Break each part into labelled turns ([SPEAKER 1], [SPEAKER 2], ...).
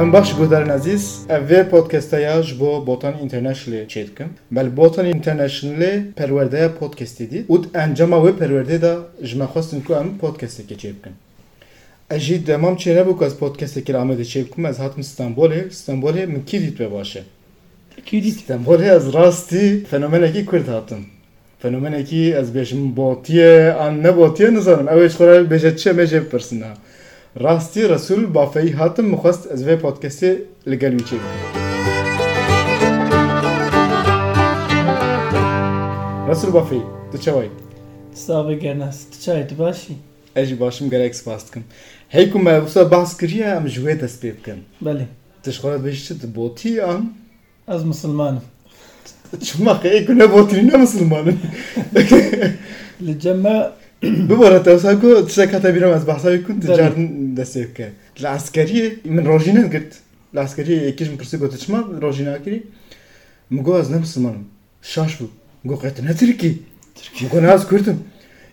[SPEAKER 1] Em baş guhdarin aziz ev vê podkestaya ji bo Botan Internationalê çê dikim. Bel Botan Internationalê perwerdeya podcastê dît û encama wê perwerdê da ji me xwestin ku em podcastekê çê bikin. Ez jî demam çê nebûk ez podcastekê Amedê çê bikim ez hatim Stenbolê Stenbolê min kî dît ve baş e.
[SPEAKER 2] کی دیت
[SPEAKER 1] Stenbolê ez rastî fenomenekî Kurd hatim. Fenomenekî ez bêjim botiye an ne botiye nizanim ew ê ji xwe re bêje çi em ê jê bipirsin ha. راستي رسول بافي هاتم مخست از في بودكاستي لقال ويتشي رسول بافي تشاوي
[SPEAKER 2] ساوی گرناس تو چای تو باشی
[SPEAKER 1] اجي باشم قالك سباستكم هيكم ما وصل بحث كريا ام جوي تسبيبكم
[SPEAKER 2] بله
[SPEAKER 1] تشخرات بيش بوتي ام
[SPEAKER 2] از مسلمانم
[SPEAKER 1] تشما خي كنا بوتينا مسلمان
[SPEAKER 2] لجمع
[SPEAKER 1] ببارة توساكو تشاكا تبيرم از بحثا كنت جار دسيبك العسكرية من روجينا قلت العسكرية كيش مكرسي قلت تشما روجينا كري مقو از مسلمان شاش بو مقو قلت انا تركي مقو انا از كردم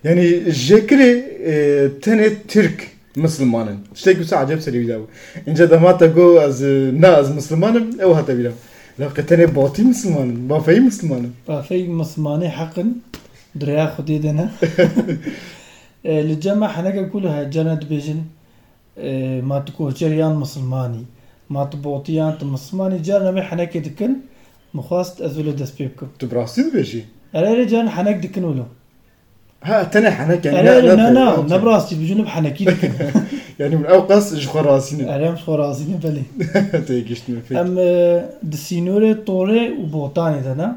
[SPEAKER 1] يعني جيكري اه، تاني ترك مسلمان شتي قلت عجب سري داو انجا دماتا قو از نا از مسلمان او هاتا بيرم لا قلت انا باطي مسلمان بافي مسلمان
[SPEAKER 2] بافی مسلمانی حقا دریا خودی دنه آه، لجمع حنگا کلها جند بیجن اه، ما تکوه جریان مسلمانی ما تبوتیان تا مسلمانی جار نمی حنکی دکن مخواست از ولو دست پی بکم
[SPEAKER 1] تبراسي بيجي
[SPEAKER 2] اره جان حنک دکن ولو
[SPEAKER 1] ها تاني حنك يعني
[SPEAKER 2] اره
[SPEAKER 1] لا-
[SPEAKER 2] نه
[SPEAKER 1] لا-
[SPEAKER 2] نه
[SPEAKER 1] لا-
[SPEAKER 2] نه براستی بجنوب حنکی دکن
[SPEAKER 1] يعني من اوقس جغراسين
[SPEAKER 2] اره مش خورازینه بله
[SPEAKER 1] تيجيشت من فيك
[SPEAKER 2] ئەم دسینۆرە تۆڕێ و بۆتانی دەنا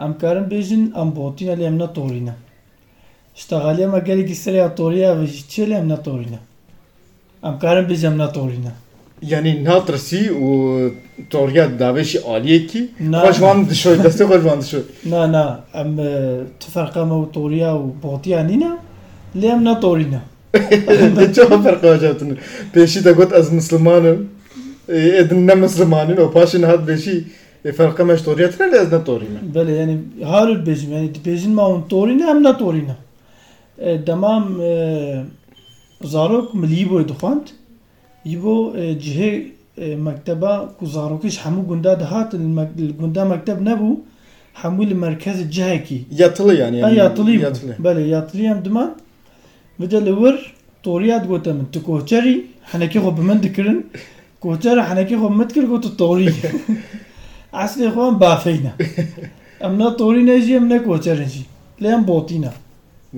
[SPEAKER 2] ئەم کارم بێژن ئەم بۆتینە لێم نەتۆڕینە شتەغالێمە گەرێکی سریا تۆریە بژی چێ لێم نەتۆڕینە ئەم کارم بێژەم نەتۆڕینە
[SPEAKER 1] يعني ناترسي و توريا دافيشي عليكي
[SPEAKER 2] نا.
[SPEAKER 1] خوشوان دشوي دستي خوشوان دشوي
[SPEAKER 2] نانا ئەم تفەرقەمە و تۆریا و بۆتیان نینە لێم نەتۆڕینە
[SPEAKER 1] دچو فرق واجبتن بيشي دا قلت از مسلمان e, ادن نه مسلمانين و پاشي نهات بيشي فرق مش توريا ترى لاز نتورينا
[SPEAKER 2] بله یعنی هارو بێژم ینی دبێژن ماون تۆرینە ئەم نەتۆرینە دەمام e, زارۆک ملی بۆی دخواند ی بۆ جهێ e, مەکتتەبە و زارۆکیش هەموو گوندا دەهاتن مەک- گوندا مەکتب نەبوو هەمووی لە مەرکزی جاهێکی
[SPEAKER 1] يطلي يعني
[SPEAKER 2] ئە یاتڵی
[SPEAKER 1] يطلي
[SPEAKER 2] بەێ یاتڵی ئەم دمان بدە لەور تۆریات گوتە من تو کۆچەری حەنەکی خۆ بمن دکردن کۆچەرە حەنەکی خۆ مت کرد گوت تۆری ئاسی خۆم بافینە ئەم نە تۆری نەژی ئەم نە کۆچەرنجی لێم بۆتینە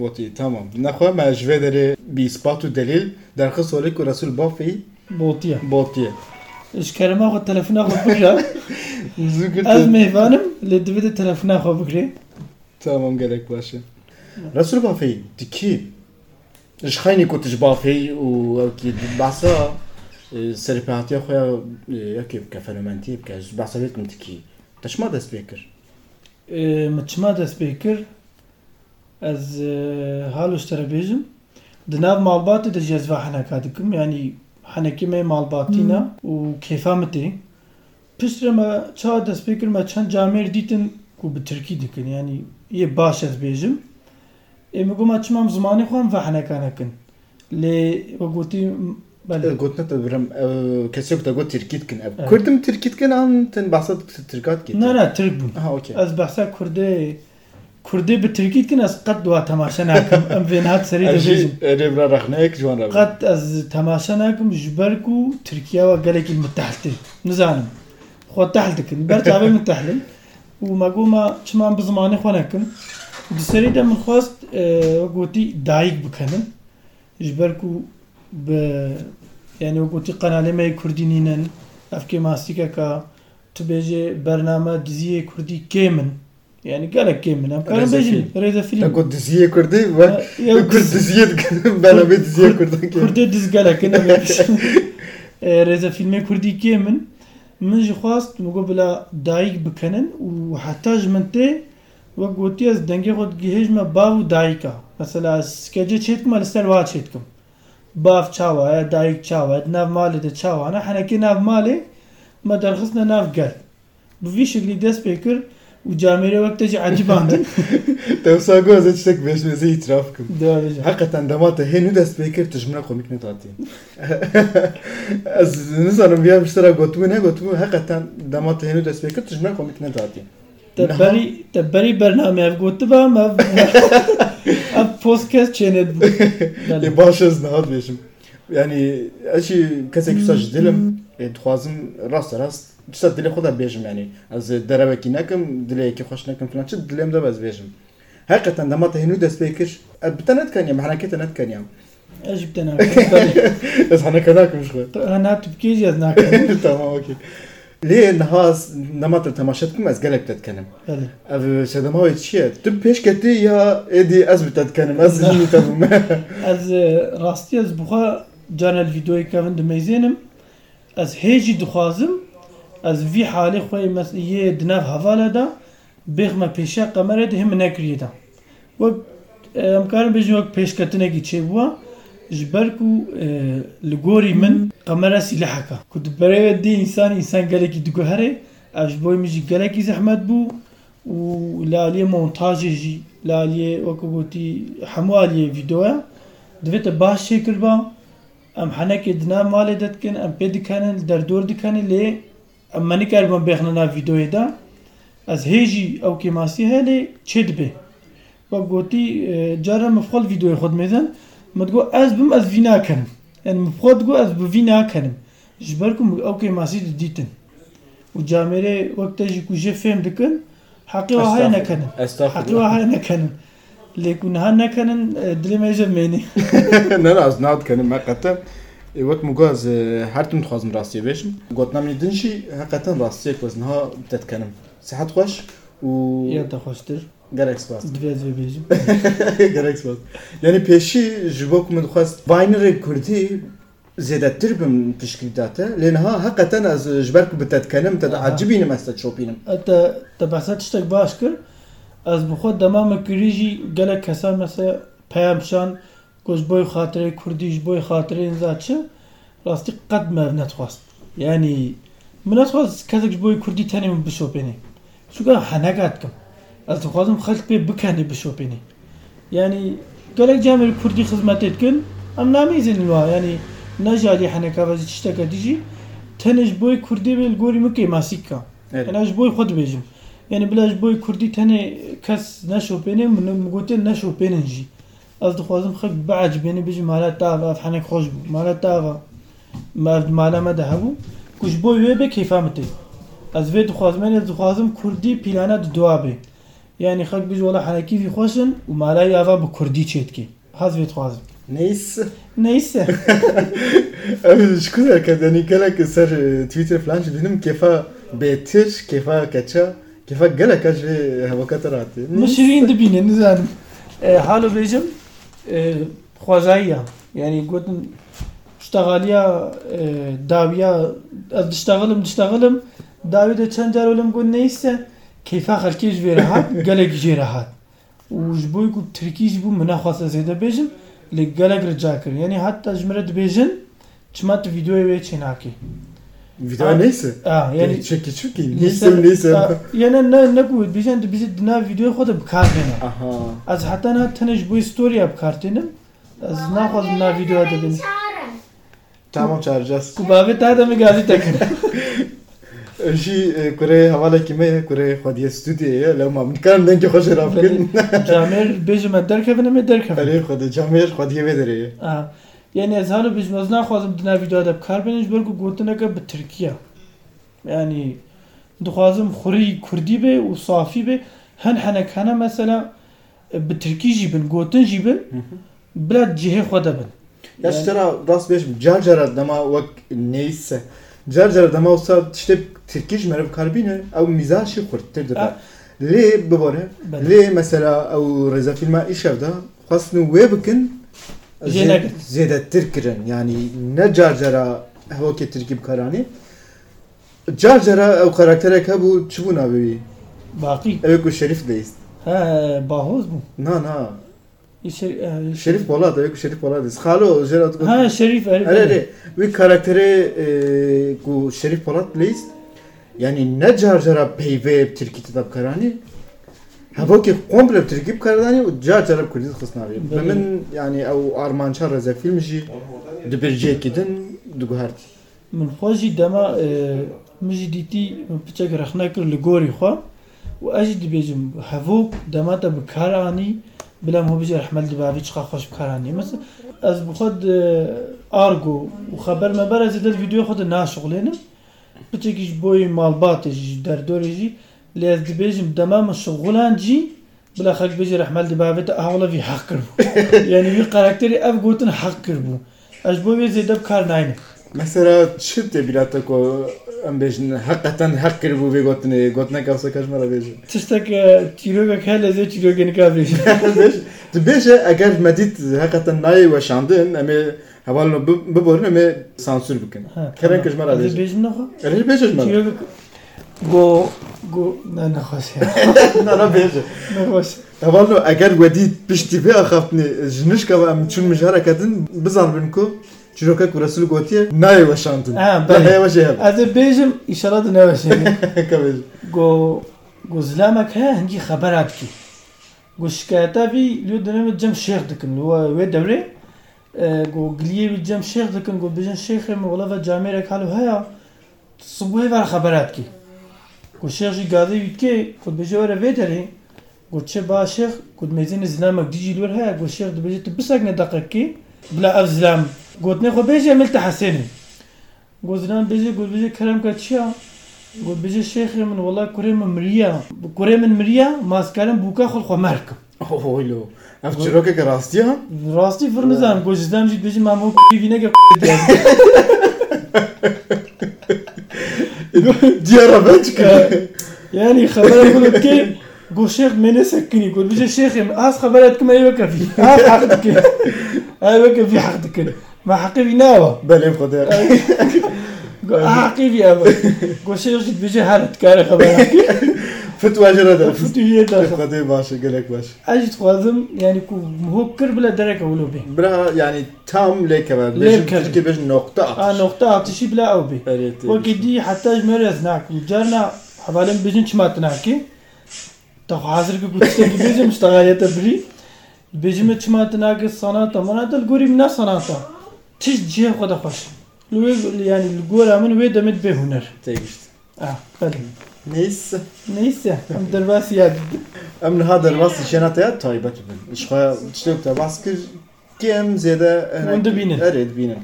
[SPEAKER 1] وتي تمام نخوا ما جوي دري بيسبات و دليل درخص وليك رسول بافي
[SPEAKER 2] بۆتیە
[SPEAKER 1] بوتيه
[SPEAKER 2] شکەرەما خۆ تەلەفنا خۆ بکرە ئەز
[SPEAKER 1] زوكرت
[SPEAKER 2] میوانم لێ دەبێتە تەلەفنا خۆ بکرێ
[SPEAKER 1] تمام قالك باشا رسول بافي تكي اش خايني كنت بافي وكي بعصا سرباتي اخويا يكي كفلمنتي بكاش بعصا بيتم تكي تش ما دست بيكر
[SPEAKER 2] مچما دەست پێ کرد ئەز e, هاڵشتەرە بێژم دناو ماڵباتە دەژێزوا حەنەکات دکم ینی حەنەکیمە ماڵباتینە و کێفامەتێ پشترمە چا دەست پێ کردمە چەند جامێر دیتن و بترکی دکن ینی یە باش ئەس بێژم ئێمە گومە چمام زمانی خۆم بە حەنەکانەکەن لێ وەگوتی بەلێ
[SPEAKER 1] قلت نتا برم كسيك تا قلت تركيت كن
[SPEAKER 2] آه.
[SPEAKER 1] كردم تركيت كن عن تن بعصا تركات كي
[SPEAKER 2] نەنا ترک بوون
[SPEAKER 1] ها اوكي
[SPEAKER 2] ئەس بەسا کوردی کوردی بترکیتکن ئەس قەت دوا تەماشە ناکەم ئەم بێنات سەری دەبێژم
[SPEAKER 1] اجي ريبرا رخنايك جوان رابع
[SPEAKER 2] قەت ئەس تەماشە ناکەم ژبەرگ و ترکیاوە گەلێکی متحتر نزانم خۆ تحل دکن بەرچاوی متحلن و مەگومە چمان بزمانی خۆ نەکەم دسەری دە من خواست ئە، گوتی دایک بکەنم ژبەرگ و بە یعنی وەگوتی قەنالێمای کوردی نینەن ئەفکێ ماستیکەکە تو بێژێ بەرنامە دزیە کوردی کێ من یعنی گەلە کێ منم کارم
[SPEAKER 1] ڕێزە
[SPEAKER 2] بێژین
[SPEAKER 1] فیلم.
[SPEAKER 2] ڕێزە
[SPEAKER 1] تا
[SPEAKER 2] فیلم اه،
[SPEAKER 1] قلت دزيه كردي و
[SPEAKER 2] یا
[SPEAKER 1] كرد دزيه كن بلا بيت دزيه كردي
[SPEAKER 2] کوردی دزگەلەکە ڕێزە فیلمی کوردی کێ من من ji خواست مگۆ بلا دایک بکەنن و حتاژ من تێ وەک گوتی ئەس دەنگی خۆت گەهێژمە باو و دایکە مەسەلا سکەجە چێتمە لەسەر وا چێتکم باف آه، چاوایە دایک چاوەت ناو مالێ دە چاوانە حەنەکە ناو مالێ مە دەرخستە ناو گەر بڤی شکلی دەست پێ کرد و جامێرە وەک تەجی عجیباندن
[SPEAKER 1] تەسا گۆزە شتێک بێژمێزە ئیتراف بکەم
[SPEAKER 2] دا بێژە.
[SPEAKER 1] حقەتەن دەماتە هێن و دەست پێ کرد تژمنە خۆمیک نتاتین ئەس نزانم بیان شترا گوتمو نەگوتمو حقەتەن دەماتە هێن و دەست پێ کرد تژمنە خۆمیک نتاتین
[SPEAKER 2] دەبەری دەبەری بەرنامەیە گوت بە مە ئەم پۆستکەس چێنێت بوو
[SPEAKER 1] لێ باش ez نهات بێژم ینی ئەچی کەسێک سەش دلم دخوازم ڕاستە ڕاست چسە دلێ خۆدا بێژم ینی ئەز دەرەوەکی نەکەم دلەیەکی خۆش نەکەم فلان چ دلێم دەبەز بێژم حقەتەن دەماتە هێن و دەست پێ کرد بتە نەتکەنیم حرەکەتە نەتکەنیم
[SPEAKER 2] ئەش بتەنا
[SPEAKER 1] ez haneke nakim şu.
[SPEAKER 2] هەنا تو بکەی زیاد ناکەم
[SPEAKER 1] tamam okey. Lê niha nematır temaşa dikim ez gelek te dikenim.
[SPEAKER 2] بەڵێ.
[SPEAKER 1] Ev sedemavê çi ye? Tu pêş ketî ya êdî ez bi te dikenim ez jî te bûm.
[SPEAKER 2] Ez e, rastî ez bixa canel videoyê kevin dimeyzênim. Ez hêjî dixwazim ez vî halê xweyê mesiyê di nav hevala da bêxme pêşiya qemerê de him nekiriye da. Wek em karim bêjin wek pêşketinekî çêbûwa ji ber ku e, li gorî min qemera sîleheka. Ku di berê dê însan însan gelekî diguherê ev ji boî min jî gelekî zehmet bû û li aliyê montajê jî li aliyê wekî gotî hemû aliyê vîdeoya divête baş çêkirba em henekê di nav malê de dikin em pê dikenin derdor dikenin lê em me nikerbin bêxne nav vîdeoyê de ez hêjî ew kêmasî helê çê dibe wek gotî e, cara min xol vîdeoyê xwe dimêzin min digo ez bim ez vî nakenim yani min xwe digo ez bi vî nakenim ji ber ku min ew kêmasî didîtin û camerê wek te jî ku jê fêm dikin heqê we haye nekenin حقی و هر نکنن لیکن ها نکنن دلی میجه مینی
[SPEAKER 1] Ne ne ez nahat kenim hakikaten. Wek mugo ez her tim dixwazim rastiyê bêjim. Gotnamê din jî hakikaten rastiyek ez niha bi te dikenim. Sihet xweş û
[SPEAKER 2] یا تا خوشتر
[SPEAKER 1] gelek spas.
[SPEAKER 2] دویز و بیجم
[SPEAKER 1] Gerek var. Yani peşi jibok mu dixwast Vinerê Kurdî zêdetir bim pişkî date. Lêniha heqeten ez ji ber ku bi te dikenim te de
[SPEAKER 2] Aha.
[SPEAKER 1] acibînim ez te çopînim.
[SPEAKER 2] اتا تا بحثت شتک باش کر از بخود دمام کریجی گلک کسان مثلا پیامشان کش بای خاطره کردیش بای خاطره این زاد چه راستی قد مر نتخواست یعنی من نتخواست کسک بای کردی تنیم بشو بینی شو که هنگات کم از دخوازم خلق بی بکنی بشو بینی یعنی گلک جامعه کردی خدمتت کن ام نمیزنی وا یعنی نجاری هنگا وزی چشتک دیجی تنش بای کردی بیل گوری مکی ماسیک کن
[SPEAKER 1] Evet.
[SPEAKER 2] انا اش بوي خد بيجم يعني بلاش بوي كردي تاني كاس نشو بيني من مقوتين نشو بيني نجي از دخوازم خلق بعج بيني بيجي مالا تافا في حنك خوش بو مالا تافا ما مالا ما دهبو كوش بوي ويبه كيفا متي از في دخوازم يعني دخوازم كردي بلانا دوابي يعني خلق بيجي ولا حنكي في خوشن ومالا يافا بكردي تشيتكي هاز في دخوازم
[SPEAKER 1] Neyse.
[SPEAKER 2] نيسه
[SPEAKER 1] Abi şu kadar ki yani gelek ser e, Twitter falan şu benim kefa betir, kefa kaça, kefa gelek aç ve havakat rahatı.
[SPEAKER 2] مشرين دبيني نزانم حالو بيجم آه، خوازايا يعني قلتن اشتغاليا آه، داويا أد اشتغلم اشتغلم داوي ده چند جار ولم قلت نيسا كيفا خلقي جوي راحت قلق جي راحت وجبوي كو تركي جبو منا خواسا زيدا بيجم لقلق رجاكر يعني حتى جمرت بيجن چمات فيديو بيجناكي
[SPEAKER 1] Video neyse.
[SPEAKER 2] اه يعني
[SPEAKER 1] Yani çeki çünkü neyse neyse.
[SPEAKER 2] آه، يعني نا نقول بيجن بيجن دنا فيديو خود بكار بينا
[SPEAKER 1] Aha.
[SPEAKER 2] از حتی نه تنش بوی ستوری اب کارتینم از نخوازم نه ویدیو ده بین
[SPEAKER 1] Tamam çağıracağız.
[SPEAKER 2] کو باوی تا دمی گازی تکن
[SPEAKER 1] Öşi e, Kore havala kime Kore Hadiye stüdyoya la mamnikan den ki hoş rafkin.
[SPEAKER 2] جامر بیجم در کفنه می در کفنه
[SPEAKER 1] Ali Hadiye Camir Hadiye Bederiye.
[SPEAKER 2] آه. یعنی از حالو بیجم از نخوازم دنا ویدیو ده بکار بینش برگو گوتنه که به ترکیه یعنی دخوازم خوری کردی به و صافی به هن هنک هنه مثلا به ترکی جی بین گوتن جی بین بلاد جهه خود بین
[SPEAKER 1] Ya
[SPEAKER 2] Yani-
[SPEAKER 1] şu tara rast beşim car car dama vak neyse. Car car dama olsa işte Türkiş merhaba karbine ev mizah şey kurttir de.
[SPEAKER 2] Ha.
[SPEAKER 1] Lê bibore,
[SPEAKER 2] Bele.
[SPEAKER 1] lê mesela ew reza filma işevda xwastin wê bikin
[SPEAKER 2] Jê
[SPEAKER 1] zê-
[SPEAKER 2] nekin.
[SPEAKER 1] zêdetir kirin. Yani ne car cara hevokê Tirkî bikaranî. Car cara ew karakterek hebû çi bû navê wî?
[SPEAKER 2] باقی
[SPEAKER 1] Ew ê ku Şerîf dehîst.
[SPEAKER 2] ها باهوز بو
[SPEAKER 1] Na na.
[SPEAKER 2] شر... آه،
[SPEAKER 1] Şerîf Polat, ew ê ku Şerîf Polat dehîst. Xalo jera tu
[SPEAKER 2] ها شريف
[SPEAKER 1] Hele hele. Ve karakteri e, ku Şerif Polat Leis ینی نەجار جارە پەیێ ترکی تدا بکەرانی هەبکێ قۆم لە ترکی بکردانی و جا جارە کوردی خستناوی بە من ینی ئەو ئارمانچە ڕێزە فیلمژی دبرجێکیدن دوگوهارتی
[SPEAKER 2] من خۆشی دەما اه، مژی دیتی پچەک رەخنا کرد لە گۆری خوا و ئەژی دبێژم هەڤۆ دەماتە بکارانی بلام هو بيجي رحمل دبابي تشخا خوش بكاراني مثلا از بخد ارجو وخبر ما برز دل فيديو خد ناشغلين بتجيش بوي مال باتج در دورجي لي از دبيجم تمام شغلان جي بلا خلق بيجي رحمل دبابي تاهولا في حق كربو يعني في كاركتري اف قوتن حق كربو اش بوي زي دب كار ناين
[SPEAKER 1] مثلا شفت بلاتكو ام بيجن حقا حق كربو بي قوتني قوتنا كاوسا كاشمرا بيجن
[SPEAKER 2] تشتك تيروغك هلا زي تيروغن كابريش
[SPEAKER 1] Dibêje eger medît heqeten nayê weşandin em ê hevalno biborin em ê sansür bikin. Kerên kijmera bêje.
[SPEAKER 2] بيجم نخو
[SPEAKER 1] Erê bêje me.
[SPEAKER 2] تيروغك جو جو نه نخوش
[SPEAKER 1] Nara bêje.
[SPEAKER 2] نخوش
[SPEAKER 1] Hevalno eger wedî piştî vê axaftî ji nişka em çûn mijareke din bizanbin ku çîrokek û Resul gotiye nayê weşandin.
[SPEAKER 2] Ha,
[SPEAKER 1] Ben
[SPEAKER 2] belê.
[SPEAKER 1] heye weşe heb.
[SPEAKER 2] Ez ê bêjim îşara di neweşê
[SPEAKER 1] Kabêje.
[SPEAKER 2] گو گو زلامك هي هنجي خبرات كي گو شکایتا بی لیو دنم جم شیخ دکن لو و دوره گو گلیه بی جم شیخ دکن گو بجن شیخ مغلف جامعه را کالو هیا صبح ور خبرات کی گو شیخ جی گازی بید که خود بجه وره وی داره گو چه با شیخ گو میزین زلامک دیجی لور هیا گو شیخ دو بجه تبسک ندقه کی بلا اف زلام گو تنه خو بجه ملت حسینه گو زلام بجه گو بجه کرم که چیا قلت بيجي الشيخ من والله كوري من مريا كوري من مريا ماسكارن بوكا خل خو مارك
[SPEAKER 1] Oylo. Ev çîrokek rastiye ha?
[SPEAKER 2] راستي فرنزان قلت جدام جيت بيجي مامو بيجي نجا
[SPEAKER 1] Diyara ben çıkıyor.
[SPEAKER 2] يعني خبر اقول كي قلت شيخ من سكني قلت بيجي الشيخ اس خبرات كما يبكى في اس حقدك يبكى في حقدك ما حقي في ناوى
[SPEAKER 1] Belem kodaya.
[SPEAKER 2] حقي في ابا قلت شيخ جيت بيجي هانت كاري خبرات
[SPEAKER 1] Fetva jere de.
[SPEAKER 2] فتو هي داخل
[SPEAKER 1] Kodaya başı gerek başı.
[SPEAKER 2] اجي تخوازم يعني كو هو كر بلا درك ولو بي
[SPEAKER 1] Bra yani tam leke var.
[SPEAKER 2] Leke.
[SPEAKER 1] Leke. Türkiye bir nokta
[SPEAKER 2] اه
[SPEAKER 1] atış.
[SPEAKER 2] نقطه عطشي بلا او بي
[SPEAKER 1] Evet.
[SPEAKER 2] وەکی دی حتاج مێرێز ناکم جارنا حواالم بزن چمات ناکی تەخوازر بێژم شتاغایەتە بری بێژمە چمات ناکە ساناتە مناتە گۆریم ناساناتە تش جێ خۆ دەخۆش لێ ینی گۆرا من وێ دەمت بێ هوەر
[SPEAKER 1] Değişti.
[SPEAKER 2] Ah,
[SPEAKER 1] Neyse.
[SPEAKER 2] نەیسە ئەم دەرباسی یاد
[SPEAKER 1] Em niha derbas işenata ya taybet bin. İşkoya çiçek de baskır. Ki em zede...
[SPEAKER 2] Onu da binin.
[SPEAKER 1] Evet binin.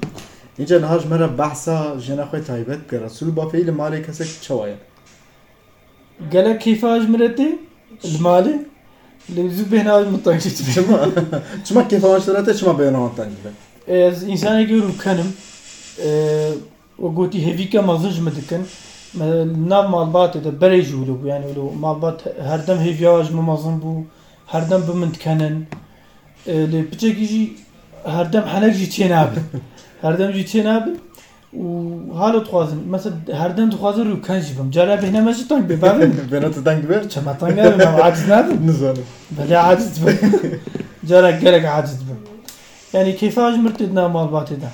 [SPEAKER 1] İnce niha jmera bahsa jena khoy taybet kara. Sul bafe ile mali kesek çavaya.
[SPEAKER 2] gelek keyfaj mireti malê لە زوو بێناوی متەنگیت بێ
[SPEAKER 1] Çıma. Çıma kefavançlara da çıma beyan avantan gibi.
[SPEAKER 2] ez insaneke rûkenim o e, gotî hevîke mazij mi dikin Me nav malbatê de berê ji wilo bû yani wilo malbat her dem hêviya ji me mazin bû her dem bi min dikenin E, lê piçekî jî her dem henek jî çê nabin her dem jî çê nabin û hala dixwazin mesela her dem dixwazin rûken jî bim cara bêhne me jî tang bê bavin
[SPEAKER 1] Ben atıdan gibi.
[SPEAKER 2] çema tang nabim em aciz nabim
[SPEAKER 1] Nizanı.
[SPEAKER 2] بلا عاجز بن جارك جارك عاجز بن يعني كيفاج مرتدنا مال باتي ده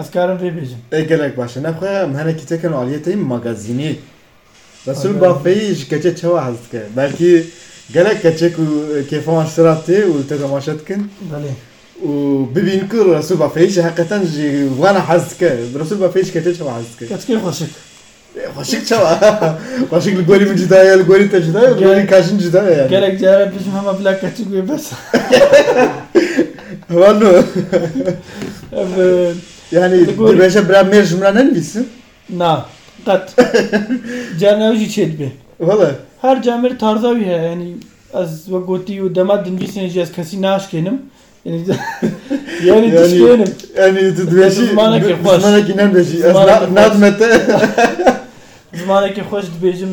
[SPEAKER 2] اسكارم في بيجم
[SPEAKER 1] E gelek başa. Ne khoya mheneki teken aliyeteyim magazini. Resul
[SPEAKER 2] Magazin.
[SPEAKER 1] Bafe'yi ji keçe çava hazdıke. Belki gelek keçek u kefavan şırattı u te damaşetkin.
[SPEAKER 2] بلي
[SPEAKER 1] U bibin ki Resul Bafe'yi ji hakikaten ji vana hazdıke. Resul Bafe'yi ji keçe çava hazdıke.
[SPEAKER 2] كتكي خوشك
[SPEAKER 1] Hoşik çava. Hoşik li gori mi cidaya, li gori te cidaya, li gori
[SPEAKER 2] Gerek-
[SPEAKER 1] kaşın cidaya yani.
[SPEAKER 2] جارك جارك بيجم هما بلا كتك بي بس
[SPEAKER 1] Valla.
[SPEAKER 2] أب-
[SPEAKER 1] Yani
[SPEAKER 2] Li gorî-
[SPEAKER 1] dibeşe bira mer jimran en bilsin.
[SPEAKER 2] نا قط جانا وجي تشيد بي
[SPEAKER 1] Valla.
[SPEAKER 2] هر جامر تارزاوي هي يعني از وقوتي ودما دنجي سنجي از كسي ناش كينم يعني يعني
[SPEAKER 1] يعني-
[SPEAKER 2] تشكينم
[SPEAKER 1] Yani dibeşi,
[SPEAKER 2] Zmanek ye hoş.
[SPEAKER 1] zmanek inen beşi. Az
[SPEAKER 2] Zmanek ye hoş.
[SPEAKER 1] nadmete.
[SPEAKER 2] زمانك خوش بيجم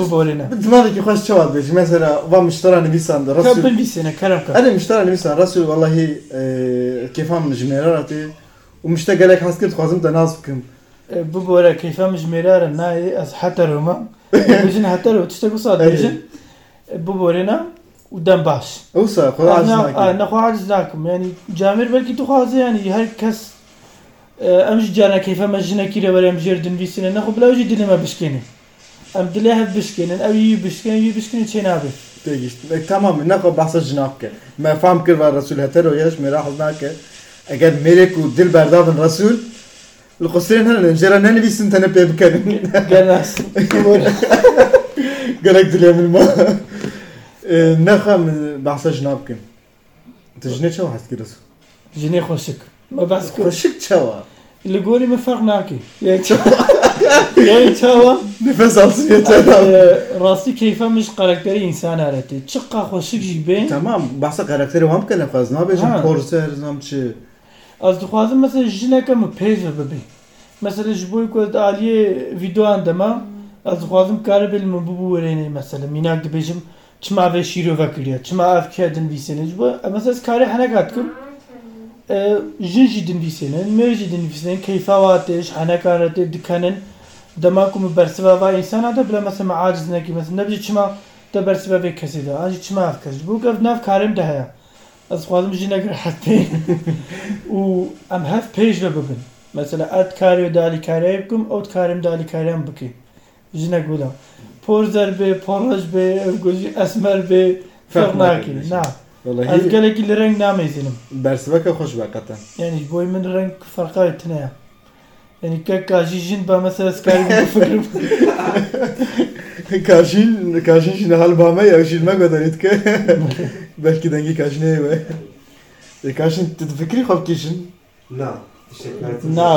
[SPEAKER 2] ببورينا
[SPEAKER 1] زمانك خوش شواد بيش مثلا وام اشترى نبيسان ده رسول
[SPEAKER 2] كبن بيسينا كرم كرم
[SPEAKER 1] انا مشترى نبيسان رسول والله اه، كيفام جنرالاتي ومشتاق لك حس كنت خوازم تناز بكم
[SPEAKER 2] أه، ببورا كيف مش مرارا ناي از حتى روما بيجن حتى رو تشتكو صاد
[SPEAKER 1] أي.
[SPEAKER 2] بيجن ببورينا ودم باش
[SPEAKER 1] اوسا خذ عجز
[SPEAKER 2] انا
[SPEAKER 1] معك
[SPEAKER 2] انا خو عاجز لكم يعني جامر بلكي تو خازي يعني هر أه، كس آه، امش جانا كيف ما جنا كيرا ولا مجير دن بيسنا ناخو بلا وجه دنا ما بشكيني ئەم دلێ هەت بشکێنن ئەو یی بشکێن یی بشکێن چێ نابێت
[SPEAKER 1] تێگەشت تمام نەخوا باسە جناب کرد مە فام کرد و ڕسول هەتەرەوە یەش مێرا حەز ناکە ئەگەر مێرێک و دل بەردابن ڕسول لە قوسرێن هەن جێرا نەنویسن تەنە پێ بکەن
[SPEAKER 2] گەناس
[SPEAKER 1] گەلێک دلێ من ما نەخوا من باسە جناب بکەم تژنێ چەوە هەست کرد
[SPEAKER 2] ژنێ خۆشک مە باس کوڕش
[SPEAKER 1] ڕشک چەوە
[SPEAKER 2] لە گۆری من فەق ناکە یەک چاوە یەک چاوە
[SPEAKER 1] نفەس ئاسیێتە
[SPEAKER 2] ڕاستی کەیفە مش قەرەکەری ئینسان هەرەتی چ قاخۆشکژی بێن
[SPEAKER 1] تمام باسە قەرەکتەر وام بکە نەفەز نابێژم
[SPEAKER 2] ها.
[SPEAKER 1] پۆرسەر نام چ
[SPEAKER 2] ئەس دخوازم مەسە ژنەکەم پێش ببێ مەسەرە ji بۆی کۆت ئالیێ یددیوان دەما ئەس دخوازم کارە بێ من ببوو وەرێنێ مەسەلە میناک دەبێژم چماێ شیرۆڤە کردە چما ئەفکە دنویسێنێ بە مەسەس کارە هەنەکات کرد Ee, ژنجی دنویسێنن مێژی دنویسێن کەیفاواتێش هەنەکارەتێ دکەنن دەماکوم بەرسەوە ئینسانە دە بلە مەسە عاجز نەکی مەس نەبی چما دە بەرسەوە بێ کەسیدا ئاژ چما ئەفکەش بوو گەف ناف کارم دەهەیە ئەس خوازم ژینەگر حەتێن و ئەم هەف پێش بە ببن مەسەلا ئەت کاری و دالیکاریای بکەم ئەوت کارم دالیکاریان بکەین ژنە گودا پۆرزەر بێ پۆڕەش بێ گوزی ئەسمەر بێ فەق
[SPEAKER 1] فەرق
[SPEAKER 2] ناکەین
[SPEAKER 1] ناکەین.
[SPEAKER 2] نا ئەس گەلێکی لە ڕنگ نامەزیینم
[SPEAKER 1] بەرسەکە خۆش بەقەتە
[SPEAKER 2] یعنی بۆی من ڕنگ فەرقاوی تنەیە یعنی کە کاژی ژین بە مەسە ئەسکاری فکر
[SPEAKER 1] Karşın, karşın şimdi hal bağma yakışılma kadar etki. Belki dengi karşına eve. E karşın dedi fikri hop kişin.
[SPEAKER 3] نا شكلها
[SPEAKER 2] نا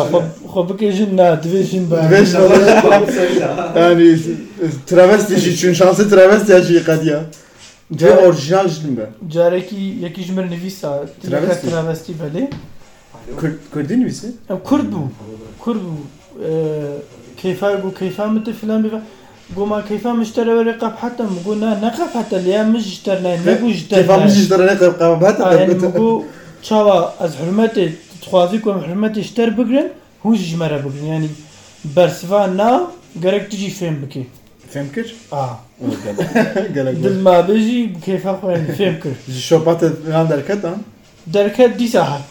[SPEAKER 2] خۆ بکەژین نا دوێژین بە
[SPEAKER 1] Beş dolar.
[SPEAKER 3] şey لا
[SPEAKER 1] Yani e, travesti işi çünkü şansı travesti her şeyi kad ya. Ve orijinal şimdi ben.
[SPEAKER 2] جارێکی یەکیش مر نویسە
[SPEAKER 1] تراوەستی.
[SPEAKER 2] تراوەستی بەلێ
[SPEAKER 1] Kurdin misin?
[SPEAKER 2] ئەم کورد بوو کورد بوو Ee, کەیفای بوو کەیفا متە فلان بێ گۆما کەیفا مشتەرەوەێ قەپ حتم گو نا نەقەپ هەتە لیا مش تەر نای نەبوو
[SPEAKER 1] Tefamız işlere ne kadar kabahat
[SPEAKER 2] تەر
[SPEAKER 1] edip.
[SPEAKER 2] بوو چاوە ئەس حرمەتێ خوازی کۆم حرمەتی شتەر بگرن هوش ژمەرە بگرنیانی بەرسوان نا گەرەک تجی فێم بکەیت
[SPEAKER 1] Femkir?
[SPEAKER 2] ئا
[SPEAKER 1] Gelek bu.
[SPEAKER 2] دڵما بێژی کەیفا خۆیان فێم يعني کرد
[SPEAKER 1] Şopat etmeyen derket ha.
[SPEAKER 2] دەرکە دیسە هات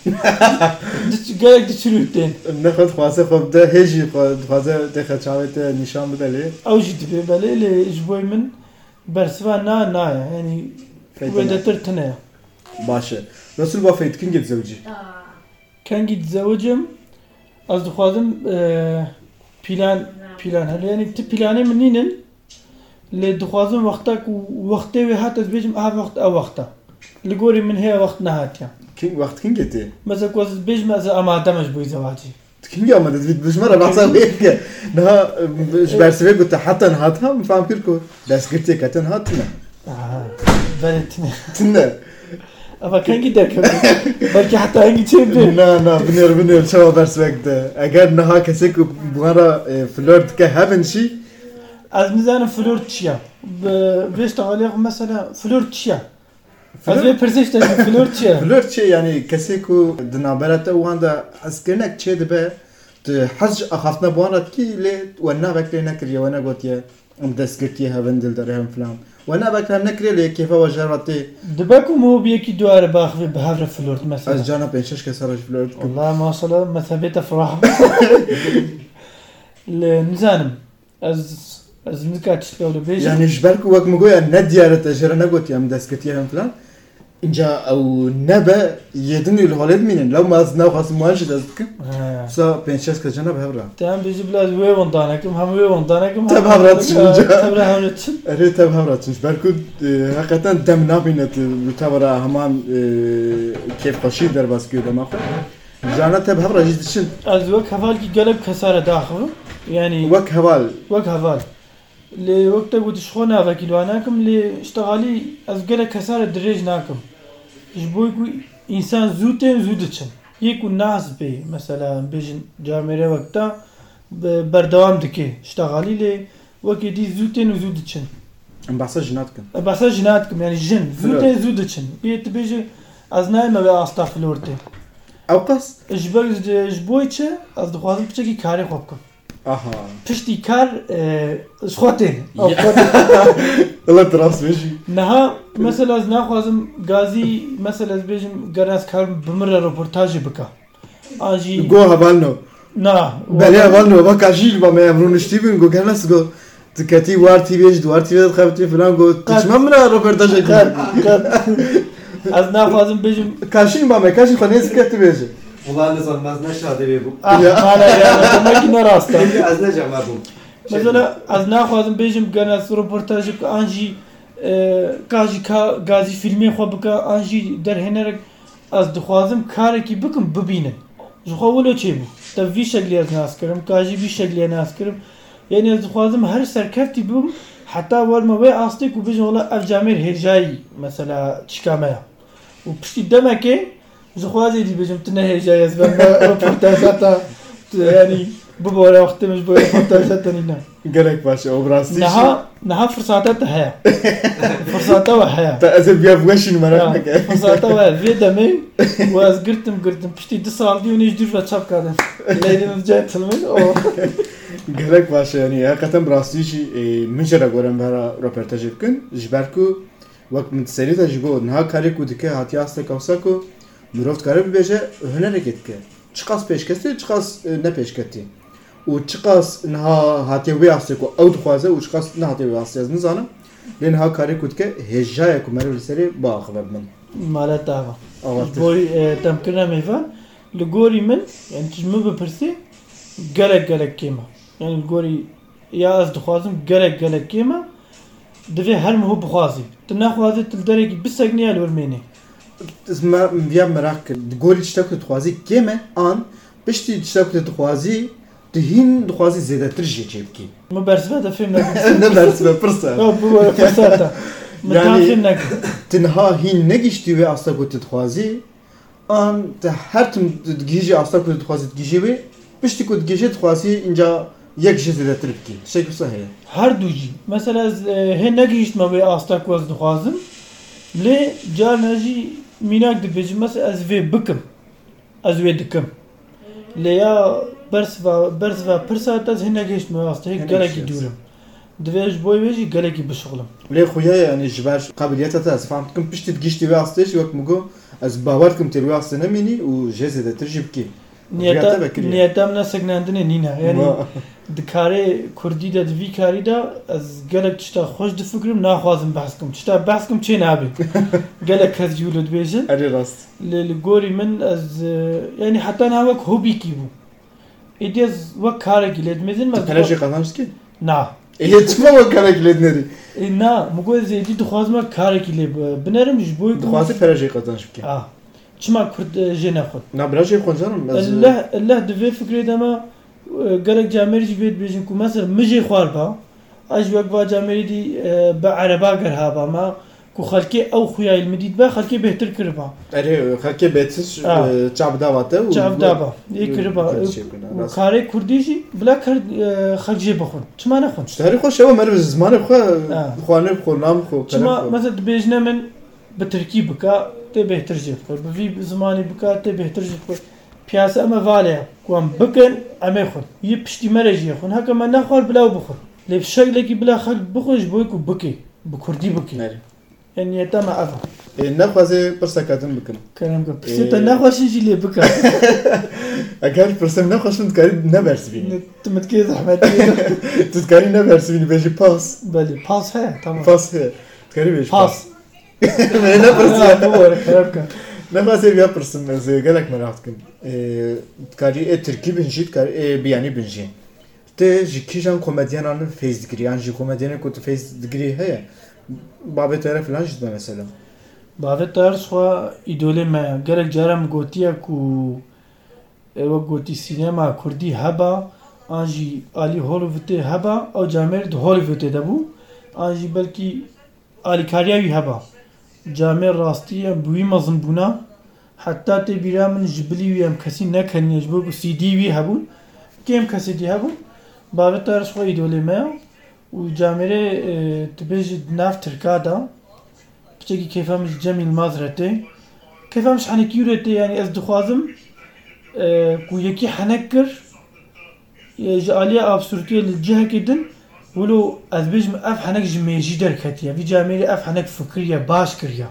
[SPEAKER 2] گەرەک دچروتێن
[SPEAKER 1] Ne kadar kuasa kuap da heji kuasa te kaçavete nişan bedeli.
[SPEAKER 2] ئەو ژی دبێ بەلێ لێ ژ بۆی من بەرسوان نا نایە هەنی وێدەتر تنەیە
[SPEAKER 1] Başı. Nasıl bu feytkin git zevci?
[SPEAKER 2] کەنگی زەوەجم ئەس دخوازم پیلان پیلان هەلێنی ت پیلانەی من نینن لێ دخوازم وەختاک و وەختێوێ هاتە بێژم ئا وەخت ئەو وەختە لە گۆری من هەیە وەخت نهاتە
[SPEAKER 1] Kim vakti kim gitti?
[SPEAKER 2] مەزە کۆز بێژ مەزە ئامادەمەش بووی زەواجی
[SPEAKER 1] تكينجا ما تدري بجمرة بعصا بيك نها مش بعرف بيك قلت حتى نهاتها ما فاهم كلكو بس قلت لك حتى نهاتنا
[SPEAKER 2] بەتنە
[SPEAKER 1] تنا
[SPEAKER 2] ئەمە کەنگی دەکەم بەرکی حتا هەنگی چێ بێ
[SPEAKER 1] نا نا بنير بنير شو بعرف بيك ده اگر نها كسيك بغرا فلورد كهبن شي
[SPEAKER 2] ئەس میزانم فلۆر چییە بێشتا غەلێق مەسەلا فلۆر چییە ئەس بێ پرسیشتە فلۆر چییە
[SPEAKER 1] فلورد شي يعني كسيكو دنابرت واندا اسكنك شي دبا حج اخافنا بوانا كي لي وانا بك لي نكري وانا قلت يا ام دسكرتي هبن دل درهم فلان وانا بك لي نكري لي كيف وجرتي
[SPEAKER 2] دبەک و مۆبیەکی دوارە باخێ بەهاورە فلۆرت
[SPEAKER 1] از
[SPEAKER 2] مەسەلا
[SPEAKER 1] جانا بنشش كسرج فلورد
[SPEAKER 2] والله ماسەلا مەسەبێتە فراح لێ نزانم ئەس ئەس نکات شتە لە بێژ
[SPEAKER 1] يعني جبالك وقت ما قوي نديار تجرى نقول يا مدسكت يا فلان انجا او نبا يدني الولد منين لو ما زنا خاص ما نجد اذكر سا بينشاس كجنا بهبرا
[SPEAKER 2] آه. تام بێژی بلاز وێ وەندانەکەم هەم وێ وەندانەکەم
[SPEAKER 1] تەب هەبرات چ اینجا؟
[SPEAKER 2] آه، هەورێت
[SPEAKER 1] اري تب هبرا تنش بالك حقيقه اه، دم نابينت بتبرا همان كيف قشي در بس كيو دم اخو جانا تب هبرا جدشن
[SPEAKER 2] ئەس وەک هەفالکی گەلب کەسارە داخم ینی
[SPEAKER 1] وك هبال
[SPEAKER 2] وەک هەڤال لێ وەکتە گوتش خۆ ناوەکی لواناکەم لێ شتەغاالی ئەس گەلە کەسارە درێژ ناکەم ژ بۆی و ئینسان زوو تێن زوو دەچن یەک و ناز بێ مەسەلا بێژن جامێرە وەکتا بەردەوام دکێ شتەغاالی لێ وەکێتی زوو تێن و زوو دچن
[SPEAKER 1] ام بحث جنات كن
[SPEAKER 2] بەسە ژناتکەم ینی ژن زوو تێن زوو دەچن بێت بێژێ ئەس نایمەوێ ئاستا فلۆرتێ
[SPEAKER 1] او قص
[SPEAKER 2] ژ بەر ژ بۆی چە ئەس دخوازم پچێکی کاری خۆ بکەم
[SPEAKER 1] اها
[SPEAKER 2] پشتی کار سخواتێن
[SPEAKER 1] لا تراس بيجي
[SPEAKER 2] نها مثلا از ناخوازم گازی مثلا از بیجم گر از کارم بمره رپورتاجی بکا آجی
[SPEAKER 1] جو هبالنو
[SPEAKER 2] نا
[SPEAKER 1] بله اول نو با کاجیل با مه امرو نشتی بین گو گنس گو تکەتی وارتی بێژ دوارتی بێت خەبتی فلان گۆ تچمە منە ڕۆبەردەژی
[SPEAKER 2] قەت قەت ئەس ناخوازم بێژم
[SPEAKER 1] کاشین بامێ کاشی خەنێز کەتی بێژە
[SPEAKER 3] Ulan ne zaman ben ne şahane bir bu.
[SPEAKER 2] ah, ئەمەکی نەڕاستە
[SPEAKER 3] Şimdi az ne zaman bu?
[SPEAKER 2] مەزەنە ئەس ناخوازم بێژم گەنە سڕۆپۆرتاژ بکە ئاژی کاژی کا- گازی فیلمی خۆ بکە ئاژی دەرهێنەرێک ئەس دخوازم کارێکی بکەم ببینن ژخوا وەلو چێ بوو دە وی شەک لێ ناسکردم کاژی وی شەک لێ ناسکردم یعنی ئەس دخوازم هەر سەرکەفتی بم حتا وەرمەوەی ئاستێک و بژم وڵە ئەف جامێر هێژایی مەسەلا چکامەیە و پشتی دەمەکەی زخوازی دی بژم تنە هێژای ئەس بە ڕۆپۆرتاژەتە ینی ببۆرە وختمش بۆ ڕۆپۆرتاژەتەنی نە
[SPEAKER 1] گەلێک باشە ئەو ڕاستی
[SPEAKER 2] نها نها فرصاتات هيا فرصاتها هيا
[SPEAKER 1] تا ئەزل بیا بگەشین
[SPEAKER 2] آه،
[SPEAKER 1] مەرەکە
[SPEAKER 2] فرصاتها هيا في دمي واز قرتم قرتم بشتي دسال دي ونيش دور فتشاب كادم ليدن جاي تلمين او
[SPEAKER 1] گەلێک باشێنی هەقەتەم ڕاستیشی منجرە گۆرم بەرە ڕۆپەرتەژی بکەن ژبارک و وەک سەریتە ژ بۆ نها کارێک و دکە هاتی ئاستە کەوسەک و مرۆڤ کارە ببێژە هەنەرێکت بکە چقاس پێشکەستی چقاس نەپێشکەتی و چقاس نها هااتێ وی ئاستێک و ئەو دخوازە و چقاس نهاتێ ئاستێز نزانم لێن ها کارێک و دکە هێژایە کومەرە سەری باخبەر من
[SPEAKER 2] مالات دعوة
[SPEAKER 1] ئەوە
[SPEAKER 2] بوي آه، تمكنا ميفا لغوري من يعني تجمع ببرسي قلق قلق كيما يعني الغوري يا از دخوازم قلق قلق كيما دفي هل مهو بخوازي تناخوازي تلدريك بسقني الورميني
[SPEAKER 1] بیا مەراق کرد گۆری شتە کو دخوازی کێمە ئان پشتی شتە کو دخوازی دهین دخوازی زیاتر ژێ چێ بکەین
[SPEAKER 2] ما برسفة دفهم لك
[SPEAKER 1] نەبەرس بە پرسە يعني-
[SPEAKER 2] متناسب نکرد
[SPEAKER 1] تنها هین نەگیشتی وێ ئاستا کو دخوازی ئان هەرتم گیژی ئاستا کو دخوازی گیژێ وێ پشتی کو گیژێ دخوازی اینجا یەک ژێ زیاتر بکەین شێک قسە هەیە
[SPEAKER 2] هەر دووجی مەسەل ئەس هێ نەگەیشتمە بێ ئاستا کۆز دخوازم لێ جار نەژی میناک دەبێژم مەس ئەس وێ بکەم ئەس وێ دکەم لێیا بەرزە پرسا ئەس هێ نەگەیشتمە ئاستا هێ گەلێکی دوورم دەبێژ بۆی وێژی گەلێکی بشغڵم
[SPEAKER 1] لێ خۆیە ینی ژبار قابلیتە تا ئەس فام بکەم پشتی گیشتی وێ ئاستێش وەک مگۆ ئەس باوارکەم تێوی ئاستە نەمینی و ژێ زیاتر ژی بکەین
[SPEAKER 2] نیەتە
[SPEAKER 1] ڕێگاتە بەکرێ.
[SPEAKER 2] نیەتەم نەسەگناندنێ نینە یعنی
[SPEAKER 1] وا.
[SPEAKER 2] dikarê Kurdî de divî karî de ez gelek tişta xweş difikirim naxwazim behs kim tişta behs kim çê nabê gelek kes cî li dibêjin
[SPEAKER 1] ئەرێ ڕاست
[SPEAKER 2] lê li gorî min ez yani heta niha wek hobîkî bû êdî ez wek karekî lê dimêjin me
[SPEAKER 1] Kaleci kazanmıştı.
[SPEAKER 2] na
[SPEAKER 1] Yetme bak kalecileri.
[SPEAKER 2] E, na mugo ez êdî dixwazim wek karekî lê bi- binerim ji bo
[SPEAKER 1] Duhası Kaleci kazanmış ki.
[SPEAKER 2] Ah. çima Kurd e, jê nexwe
[SPEAKER 1] Na biraz şey konuşalım.
[SPEAKER 2] الله الله د وی فکر دما ګرګ جامر جی بیت بجن کو مثلا مجه خوار با اج وک با جامر دی به عربا ګر ها با ما کو خلکی او خویا علم دی به خلکی بهتر کړ با
[SPEAKER 1] Eri hakke betsiz
[SPEAKER 2] Ah.
[SPEAKER 1] çabda vatı.
[SPEAKER 2] چاو دا با یې کړ با کارې کوردی جی بلا کړ خرجه بخون چما نه خون
[SPEAKER 1] Tarih hoş ama merve zamanı hoş.
[SPEAKER 2] Ah.
[SPEAKER 1] Kuanı konam hoş.
[SPEAKER 2] چما مثلا د بجنه من به ترکی بکا ته بهتر جه کړ به وی زمانی بکا ته بهتر جه کړ پیاسه اما والیا کوم بکن اما خون یی پشتی مرجی خون هکه من نه خور بلاو بخور لب شکل کی بلا خلق بخوش بو کو بکی بکردی بکی
[SPEAKER 1] Neri.
[SPEAKER 2] یعنی یتا ما اف
[SPEAKER 1] E, ne fazla pırsa kadın bakın.
[SPEAKER 2] کرم کو پسی
[SPEAKER 1] Ee,
[SPEAKER 2] ته نه خوشی جی لب بکا
[SPEAKER 1] Eğer pırsam E, ne hoşun tkari ne versi beni.
[SPEAKER 2] تمت کی زحمت
[SPEAKER 1] Tkari ne versi beni beji pas.
[SPEAKER 2] بله پاس ہے تمام
[SPEAKER 1] Pas he. Tkari beji
[SPEAKER 2] پاس
[SPEAKER 1] Ne pırsa.
[SPEAKER 2] کرم کو
[SPEAKER 1] Nefes ev yapırsın mesela gerek merak ettim. Kari e Türkiye binci, kari e biyani binci. Te jikijan komedyen anın face degree, yani jik komedyenin kutu face degree heye. Babet ara filan jitme mesela.
[SPEAKER 2] Bavet Tars xwa îdolê me gelek caram gotiye ku ew wek gotî sînema Kurdî heba an jî alî Hollywoodê heba ew camer di Hollywoodê de bû an jî belkî alîkariya wî heba camer rastiye bûî mezin bûna heta tê bîra min ji bilî wî em kesî nekeniye ji bo ku CD wî hebûn kêm kesê dî hebûn Bavet Tars xwa îdolê me ye û camerê э, dibêjî nav Tirka da بچێکی کێفامش جەمی مازرەتێ کەفامش حەنێکیورێتێ ینی ئەس دخوازم کو یەکی حەنەک کرد e, ji aliye absürtüye li cihek edin Wilo ez bêjim ev henek ji mêjî derketiye vî camerê ev henek fikiriye baş kiriye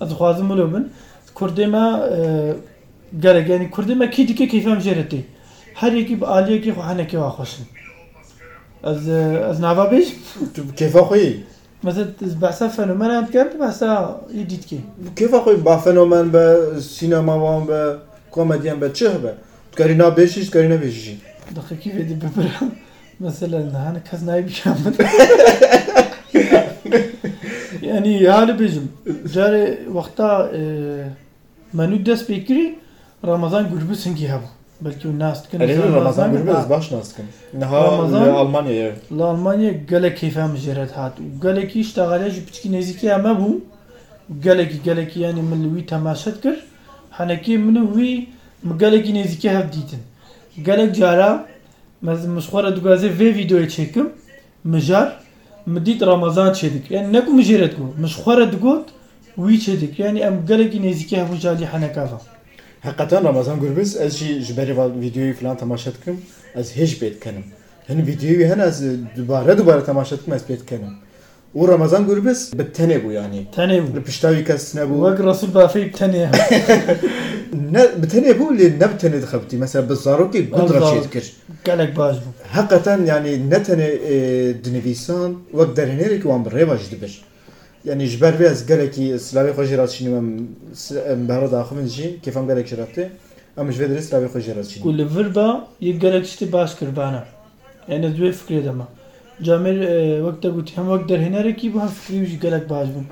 [SPEAKER 2] Ez dixwazim wilo bin Kurdê me e, gelek yanî Kurdê me kî dike keyfem jêretê her yekî bi aliyekî xwe henekê vaxweşin از از نوا بيش
[SPEAKER 1] كيفا خوي
[SPEAKER 2] مثلا بحثا فنومن كانت بحثا يديت كي
[SPEAKER 1] كيفا خوي با فنومن با سينما وان با كوميديان با تشه با تكاري نا بيشيش تكاري نا بيشيش
[SPEAKER 2] دقيقة كيف يدي ببرا مثلا انا كاز نايب كامل يعني هالي بيجم جاري وقتا اه، منو دست بيكري رمضان قربو سنگي هبو بلكي الناس تكن
[SPEAKER 1] رمضان رمضان قربت باش ناسكم نها
[SPEAKER 2] رمضان؟
[SPEAKER 1] المانيا
[SPEAKER 2] لالمانيا قالك كيف هم جرت هات وقالك اشتغل جي بتشكي نزيكي اما بو قالك قالك يعني من وي تماشت كر حنكي من وي قالك نزيكي هف ديتن قالك جارا مز مشخورة دوغازي في فيديو تشيكم مجار مديت رمضان تشيدك يعني نكو مجيرتكو مشخورة دوغوت وي تشيدك يعني ام قالك نزيكي هفو جالي حنكافا
[SPEAKER 1] حقیقتا رمضان گربز از جی جبری و ویدیوی فلان تماشا کم از هیچ بیت کنم هن ویدیوی هن از دوباره دوباره تماشا کم از بیت کنم و رمضان گربز به تنه بو یعنی
[SPEAKER 2] تاني بو
[SPEAKER 1] لپشتاوی کس نبو
[SPEAKER 2] وقت رسول بافي بتاني هم
[SPEAKER 1] نه به تنه بو لی نب تنه دخبتی مثلا به زاروکی گود
[SPEAKER 2] بالضبط.
[SPEAKER 1] رشید کرد
[SPEAKER 2] قالك باش بو
[SPEAKER 1] حقیقتا یعنی نه تنه اه، دنویسان وقت در هنری که وان بر ریواج دبش یعنی جبر بی از گلکی اسلامی خوشی راست شینیم ام س- ام بهره داخل من جی کیفم گلک شرفته ام جوید اسلامی خوشی راست شینیم
[SPEAKER 2] كل فربا يقلك شتي باش كربانا يعني دوي فكري دما جامل وقتا قلت هم وقت هنا ركي بها فكري وش قلك باش بم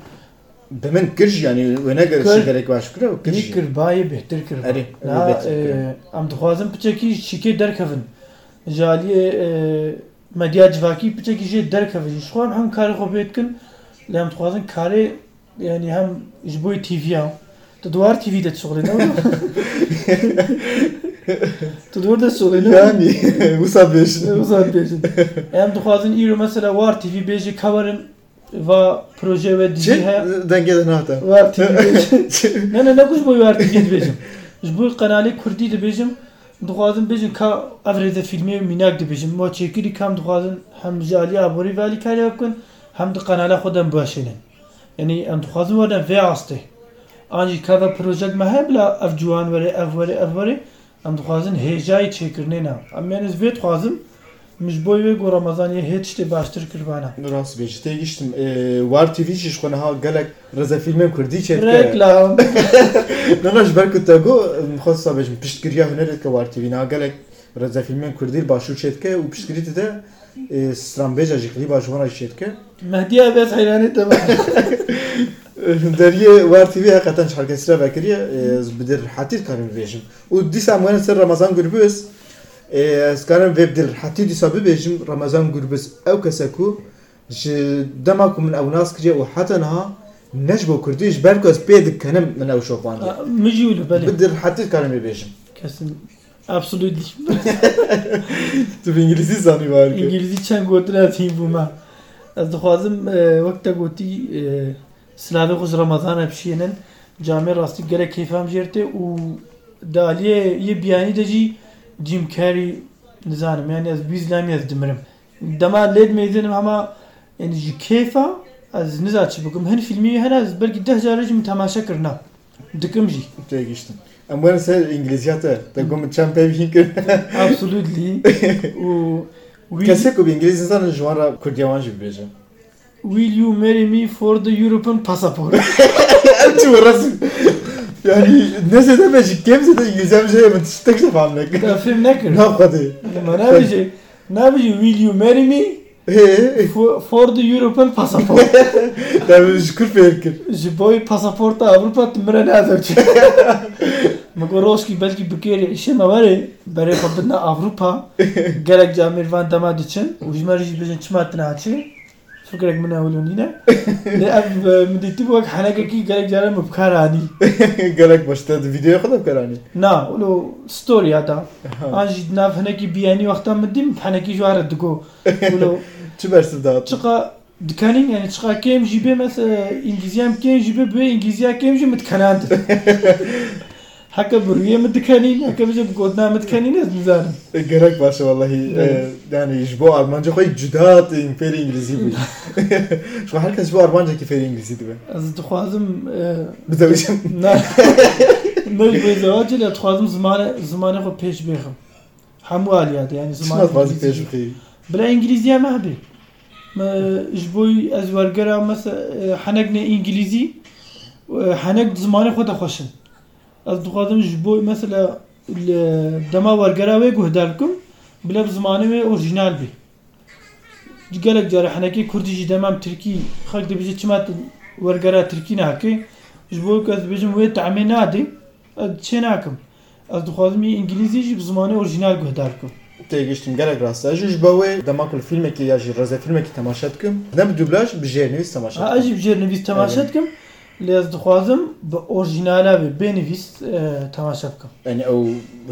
[SPEAKER 1] بمن كرج يعني وانا قلت
[SPEAKER 2] كرج.
[SPEAKER 1] شي قالك باش كره
[SPEAKER 2] كني
[SPEAKER 1] وكرج
[SPEAKER 2] كرباي بهتر كربا
[SPEAKER 1] أري،
[SPEAKER 2] لا
[SPEAKER 1] أري بهتر كربا.
[SPEAKER 2] آه، ام دخوازم بتشكي شكي دركفن جالي آه، مديا جواكي بتشكي جي دركفن شخوام هم كاري خو بيتكن لام دخوازم كاري يعني هم جبوي تي في هم تدوار تي في ده شغلنا تدوار ده شغلنا
[SPEAKER 1] يعني وصل بيش
[SPEAKER 2] Uzat bejin. Em dixwazin îro mesela War TV bêjî kawerin va e, proje ve dizî
[SPEAKER 1] شي
[SPEAKER 2] heye
[SPEAKER 1] دنگه ده ناتا
[SPEAKER 2] War TV bêjin. Ne ne ne kuş boyu War TV dibêjim. Ji bo kanalê Kurdî dibêjim. Dixwazin bêjin ka evrêze filmê mînak dibêjim. Ma çêkirî kam dixwazin hem ji alî aborî ve alî karya bikin hem di kanala xwe den biaşênin. Yani em dixwazin we den vê astê. An jî kava projek me heb la ev ciwan were ev were ev were em dixwazin hêjayê çêkirinê ne. Em mêniz vê dixwazim مش بۆی وێ گۆ ڕەمەزانیە هێتشتێ باشتر کردوانە
[SPEAKER 1] راس بيش تيجيشتم وار تي في شي شخونه ها قالك رزا فيلم كردي شي
[SPEAKER 2] ڕێک
[SPEAKER 1] لا
[SPEAKER 2] لا
[SPEAKER 1] ناش بالك تاغو مخصص بيش بيشكريا هنا لك وار تي في نا قالك رزا فيلم كردي باشو شتكه وبيشكري تدا سترام بيجا جي كلي باشو هنا شتكه
[SPEAKER 2] مەدیە بێت حیرانێت دەبا
[SPEAKER 1] دريه وار تي في حقيقه شحال كان سلافا كريا بدير حتي كان بيجم ودي ساموان سر رمضان قربس از كان بدير حتي دي سبب بيجم رمضان قربس او كسكو ج دمكم من او ناس كريا وحتى نها نجبو كرديش بالكو از بيد كان من او شوفان
[SPEAKER 2] مژول بەێ
[SPEAKER 1] بدير حتي كان بيجم
[SPEAKER 2] کەسم ئەبسلوت
[SPEAKER 1] تو بالانجليزي زاني بالك
[SPEAKER 2] ئینگلیزی چەند گوتراتی بوومە ئەس دەخوازم وەکتە گوتی سلاوی خوش ڕەمەزانە پشێنن جامێ ڕاستی گەرە کەیفام ژێرتێ و دالیە یە بیانی دەجی جیمکاری نزانم یان ئەس بیزلامی ئەس دمرم دەما لێت مێزنم هەما ئەنجی کێفا ئەس نزا چ بکەم هەن فیلمی هەنا ئەس بەرگی دە جارەجی من تەماشە کردنا دکم جی
[SPEAKER 1] تيجيشتم اموان سر انجليزياتا تقوم تشامبيون كر
[SPEAKER 2] ئابسولوتلی و وی-
[SPEAKER 1] كسكو بالانجليزي زان جوارا كرديوان جي بيجم
[SPEAKER 2] Will you marry me for the European passport?
[SPEAKER 1] انت والرسم يعني الناس هذا ماشي كيف زاد يلزم جاي ما تستكشف عنك
[SPEAKER 2] ده فيلم نكر
[SPEAKER 1] لا خدي
[SPEAKER 2] لما نبجي نبجي will you marry me
[SPEAKER 1] ايه
[SPEAKER 2] for, for the European passport
[SPEAKER 1] لا شكون فيك
[SPEAKER 2] جبوي passport أوروبا تمرن هذا ما قروشكي بلكي بكيري إيش ما وري بري خبنا أوروبا قالك جامير فان دما دتشن وجمارجي بجن شماتنا هاتشي فكرك من أولونينا لأب مديتي بوك حناك كي قالك جارم بكاراني
[SPEAKER 1] قال لك باش تاد فيديو ياخذها كراني
[SPEAKER 2] نا ولو ستوري هذا انا جيت ناف هناكي بياني وقتها مديم بحناكي جوار الدقو ولو
[SPEAKER 1] شو باش تبدا
[SPEAKER 2] تشقا دكانين يعني تشقا كيم جيبي مثلا انجليزيا كيم جيبي بي انجليزيا كيم جيبي متكنانت هكا بروية متكانين هكا بجي بقودنا متكانين از مزارم
[SPEAKER 1] قال لك باش والله آه، يعني جبو المانجا خويا جدات فيري انجليزي بوي شو حالك جبو المانجا كيف فيري انجليزي دابا
[SPEAKER 2] از دخوازم آه،
[SPEAKER 1] بزاف
[SPEAKER 2] نه نه بزواجي لا تخوازم زمان زمان خو بيش بيخم همو عاليات يعني
[SPEAKER 1] شنو
[SPEAKER 2] زمان
[SPEAKER 1] باش فيش بخي
[SPEAKER 2] بلا ئینگلیزیە مابێ ژ بۆی ئەزوەرگەرا مەسە حەنەک نە ئینگلیزی حەنەک زمانی خۆتە خۆشن ئەس دخوازم ji بۆی مەسە لە دەما وەرگەراوێ گوهدار بکەم بلە زمانێ ئۆژینال بێ گەلێک جارە حەنەکەی کوردیژی دەمام ترکی خەک دەبێت چمات وەرگەرا ترکی ناکەی ji بۆ کەس بێژم وێ تعمێ نادێ چێ ناکەم ئەس دخوازمی ئینگلیزیژی زمانی ئۆژینال گوهدار بکەم
[SPEAKER 1] تێگەشتم گەلێک ڕاستە ژش بەوەی دەماکل فیلمێکی یاژی ڕێزە فیلمێکی تەماشەت بکەم نەم دوبلاش بژێنویست تەماشا
[SPEAKER 2] ئاژی بژێر نوویست تەماشە بکەم لێز دخوازم بە ئۆژینالا بێ بێنویست تەماشە بکەم
[SPEAKER 1] ئەنی ئەو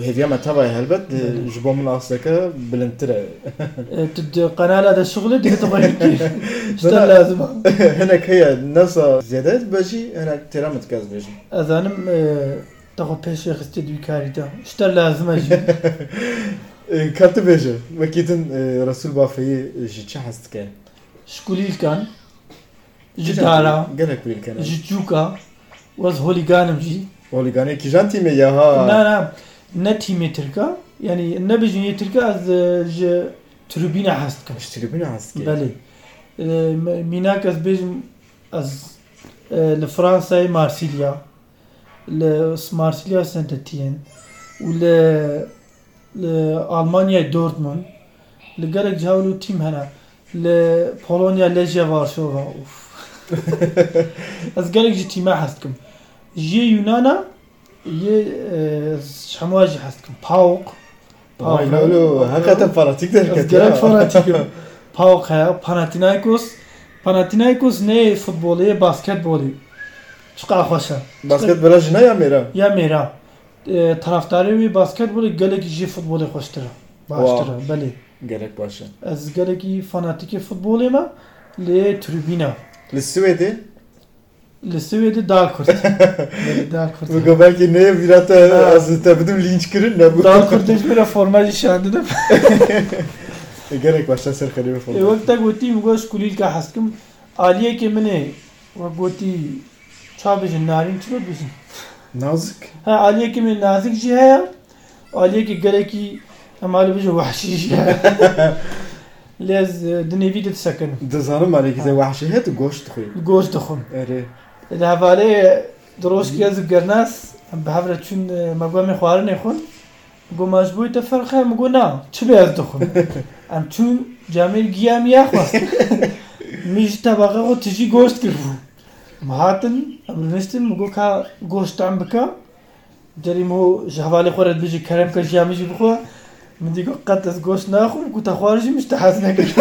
[SPEAKER 1] هێویامە تەوای هەلبەت ژ بۆ من ئاستەکە بلندترە
[SPEAKER 2] قەنالا دە شغلت دیێتەڕێشتا لازمە
[SPEAKER 1] هەنێک هەیە نەسا زیێدەت بەژی هەنە تێرامت کەس بێژم
[SPEAKER 2] ئەزانم آه، دەخۆ پێشێ خستی دوی کاریدا شتا لازمە ژی.
[SPEAKER 1] کاتە بێژە وەکیتن ڕسول بافەیە ژی چه هەستکە
[SPEAKER 2] شکولیلکان ji دارا
[SPEAKER 1] گەلێک کوریکەن
[SPEAKER 2] ji چووکە وەز هۆلیگانم جی
[SPEAKER 1] ئۆلیگانەیە کیژان تیمێ یاها
[SPEAKER 2] نانا نەتیمێ ترکە ینی نەبژین یە ترکە ئەس ji تروبینە آه، هەست بکەم
[SPEAKER 1] شتریبین هەستکە
[SPEAKER 2] بەێ آه، مینا کەس بێژم ئەس لە فرانسای مارسیلیا لە مارسیلیا سنتەتیەن و لە لە ئالمانیای دۆرتمون لە گەلێک جاول و تیم هەنا لە پۆلۆنیا لەژێ وارشۆڤ ئەس گەلێکی تیمە هەستکم ژێ یونانە یێ آه، هەمواژی هەستکم پاوق آه،
[SPEAKER 1] هەکەتە پاراتیک
[SPEAKER 2] گەرەک
[SPEAKER 1] دەکەت
[SPEAKER 2] فەناتیکم پاوق هەیە پەناتینایکۆس پەناتینایکۆس نێ فوتبۆڵەیە باسکەت بۆلی چقا خۆشە
[SPEAKER 1] باسکت بەرە ژنە یا مێرە
[SPEAKER 2] یا مێرا e, تەرافدارەوی باسکەت بۆلی گەلێکی ژێ فوتبۆڵی خۆشترە باشترە بەێ
[SPEAKER 1] گەلێک باشە
[SPEAKER 2] ئەس گەلێکی فەناتیکی فوتبۆڵێمە لێ تروبینە
[SPEAKER 1] لە سوێدێ
[SPEAKER 2] لە سوێدە دار کورد دار کورد
[SPEAKER 1] گۆباکی نەیە ویراتە ئازتە بدم لینچکردن نەبوو
[SPEAKER 2] دار کوردش برە فۆرمەلی شانددە
[SPEAKER 1] گەلێک باشە سەر خەریوە
[SPEAKER 2] وەک تا گوتی گۆش کولیلکە هەستکم عالیەکی منێ وە گوتی چا بژن نارین چ بژن
[SPEAKER 1] نازک
[SPEAKER 2] ها عالیەکی من نازک جی ژ هەیە عالیەکی گەلێکی ئەمالی بژە وحشیش لێز دنێوی دت سەکەن
[SPEAKER 1] دەزانم مالێکی وحشی هەیە گۆشت خوێ
[SPEAKER 2] گۆش دەخۆم
[SPEAKER 1] ئەرێ
[SPEAKER 2] لە هەبارەیە درۆژکی ئەز گەرناس ئەم بەهاورە چون مەگوەمی خوارنێ خۆن گۆماش بوویتە فەرخە مگۆ نا چ بێز دەخۆن ئەم چون جامیر گیام یاخواست میش تەباقە خۆ تژی گۆشت کرد بوو مهاتن ئەمنوشتن مگۆ کا گۆشتان بکە جەریمۆ ژەهوالی خۆرت بژی کەرم کە ژیامیژی بخۆ من دیگە قەت ئەس گۆشت ناخۆم گوتە خوارژی مشتە حەز نەکرد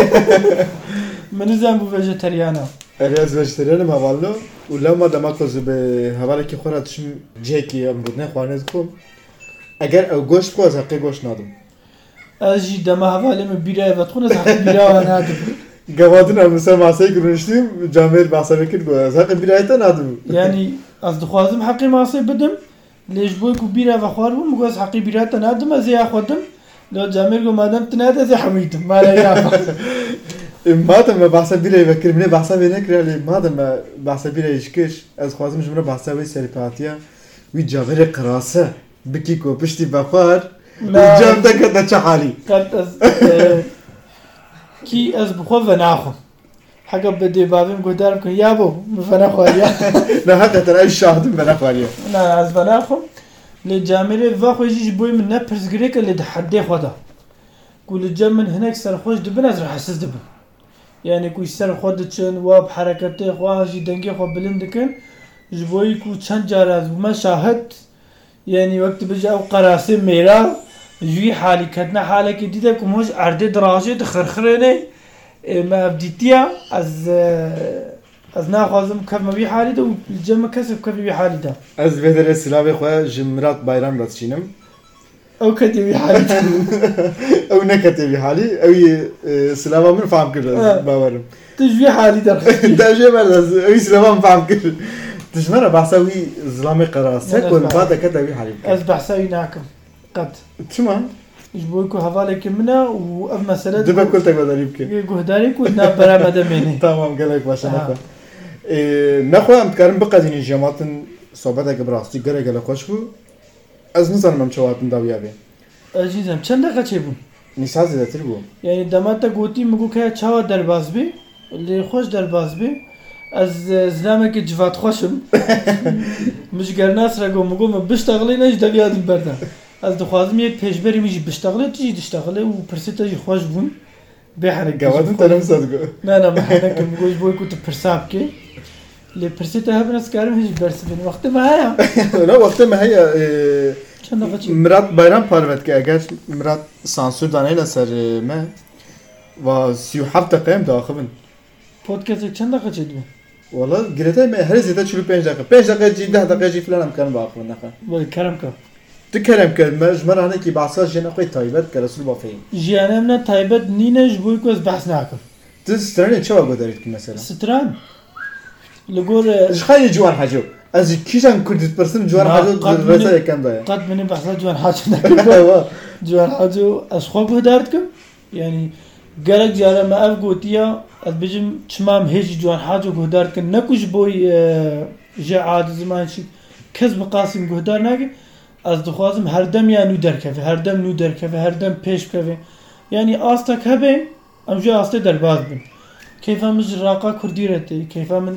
[SPEAKER 2] منزان بوو بەژە تەریانە
[SPEAKER 1] ئەرێ ئەز بەشترێنم هەواڵۆ و لەما دەما کۆز بە هەواڵێکی خۆرا تشم جێکی ئەم بودنە خوانێت کۆم ئەگەر ئەو گۆشت کۆز هەقی گۆشت نادم
[SPEAKER 2] Ez jî dema hevalê min bîraya vetxûne zehqê bîraya nadim.
[SPEAKER 1] گەوادن ئەمسە ماسەی گرنشتیم جامێر باسەەکە بۆ زەقی بیرایەتە نادم
[SPEAKER 2] Yani ez dixwazim heqê masê bidim. Lê ji bo ku bîra vexwar bûm gos heqê bîra te nadim ez ê xwedim. Lo camêr got madem tu nade ez ê hemîtim. Mala ya.
[SPEAKER 1] مادەمە باسە بیرەی بەکردێ باسە بێ نەکرا لێ مادەمە باسە بیرەیش کش ئەس خوازم ژمرە باسەوەی سەریپاتە وی جاابێ قراسە بکی کۆ پشتی بەخوار
[SPEAKER 2] لا.
[SPEAKER 1] جام دەکە دەچە حالی
[SPEAKER 2] Qet ez e, ki ez bixwe ve naxwim. Hega bi dêbavim guhdarim ku ya bo min venexwariya.
[SPEAKER 1] لە هەتەتەر ئەی شاهدم بە نەخواریە
[SPEAKER 2] نه از بنا خو له جامره و خو جی بو من نه پرزګری ک له حدې خو دا کول جم من هناك سر خوش د بنز را حسس دب یعنی کو يعني سر خو د چن و په حرکت خو جی دنګ خو بلند کن جبوی کو چند جار از ما شاهد یعنی وقت بجا او قراسی میرا جوی حالی کتنا حالا که دیده که موش ارده دراجه ده خرخره نه ما ابدیتیا از از ناخوازم کف مبی حالی ده و جمع کسب کف مبی حالی ده
[SPEAKER 1] ئەس بێدرێ سلاوی خۆ ژمرات بایران بەچینم
[SPEAKER 2] او كتبي حالي
[SPEAKER 1] ئەو نەکەتێوی حالی ئەوی سلاوا من فام کرد باوەرم
[SPEAKER 2] تجوي حالي درختي
[SPEAKER 1] داژێ ئەوی سلەوان فام کرد دژمەرە باسەوی زلامی قەراسە
[SPEAKER 2] نه،
[SPEAKER 1] کۆلپا دەکەتەوی حالی
[SPEAKER 2] از بحثاوي ناكم قد
[SPEAKER 1] چمان
[SPEAKER 2] جبويكو هفالك منا واف
[SPEAKER 1] دبە
[SPEAKER 2] مسألة
[SPEAKER 1] کلتەک بەدەری بکە
[SPEAKER 2] قهداري كنت نابرا مدميني
[SPEAKER 1] تمام گەلێک باشە
[SPEAKER 2] آه.
[SPEAKER 1] نەخوا E, نەخۆم بکارم بقەدینی ژێماتن سۆبەتێکە بڕاستی گەرەگە لە خۆش بوو ئەس نزانم ئەم چاواتن داویابێ
[SPEAKER 2] عزيزم چند دقيقة چي بون
[SPEAKER 1] نیسا زیاتر بوو
[SPEAKER 2] یعنی دەمەتە گوتی مگو کە چاوە دەرباز بێ لێ خۆش دەرباز بێ ئەس زلامێکی جوات خۆشم مشگەرناس ڕگۆ مگومە بشتەغڵی نەش دەبیادم بەردە ئەس دەخوازم یەک پێشبەری میژی بشتەغڵێ تژی دشتەغڵێ و پرسیتەژی خۆش بوون بێ
[SPEAKER 1] گەواتم
[SPEAKER 2] هەرگەوە
[SPEAKER 1] تەرم سەد گو
[SPEAKER 2] نانا محەکەم گۆش بۆی کوتە پرسا بکێ لێ پرسیتە هەبن ئەسکارم هیچ بەرس بن وەختمە هەیە
[SPEAKER 1] لا وەختەمە هەیە
[SPEAKER 2] چەندە بەچی
[SPEAKER 1] Murat Bayram parvet ki eğer Murat sansür danayla serme ve 37 dakikaya mı dağıbın?
[SPEAKER 2] پۆتکەسێک چەند دەقەچێت بوو
[SPEAKER 1] Valla girete mi her ziyade çürü 5 dakika. 5 dakika ciddi 10 dakika ciddi falan amkanı bağıbın dakika.
[SPEAKER 2] بەڵێ کەرم کە
[SPEAKER 1] Tu kerem kerme jmer hane ki bahsa jene koy taybet ke Resul Bafeyin.
[SPEAKER 2] ژیانەم نە تایبەت نینەش بووی کۆس بەس ناکەم
[SPEAKER 1] Tu strane çava goderit ki mesela.
[SPEAKER 2] ستران لەگۆر
[SPEAKER 1] Jxayi Cuan Hacı. Ez kişen Kürdist person Cuan
[SPEAKER 2] Na,
[SPEAKER 1] Hacı
[SPEAKER 2] qat
[SPEAKER 1] resa
[SPEAKER 2] bile-
[SPEAKER 1] yeken daya.
[SPEAKER 2] قەت منی بەسا جوان حاچ نەکەم جوان حاج و ئەس خۆ بەدارکەم یعنی گەرەك جارەمە ئەف گوتیە ئەس بژم چمام هێژی جوان حاج و گۆدارکردن نەکوش بۆی ژە اه، عاد زمانشی کەس بە قاسم گۆدار ناگە ئەس دخوازم هەردەم یان و دەرکەفێ هەردەم و دەرکەفێ هەردەم پێش بکەوێ یعنی ئاستەك هەبێ ئەمژێ ئاستێ دەرباز بن کەیفە مژ ڕاقا کوردیرەتی کەیفە من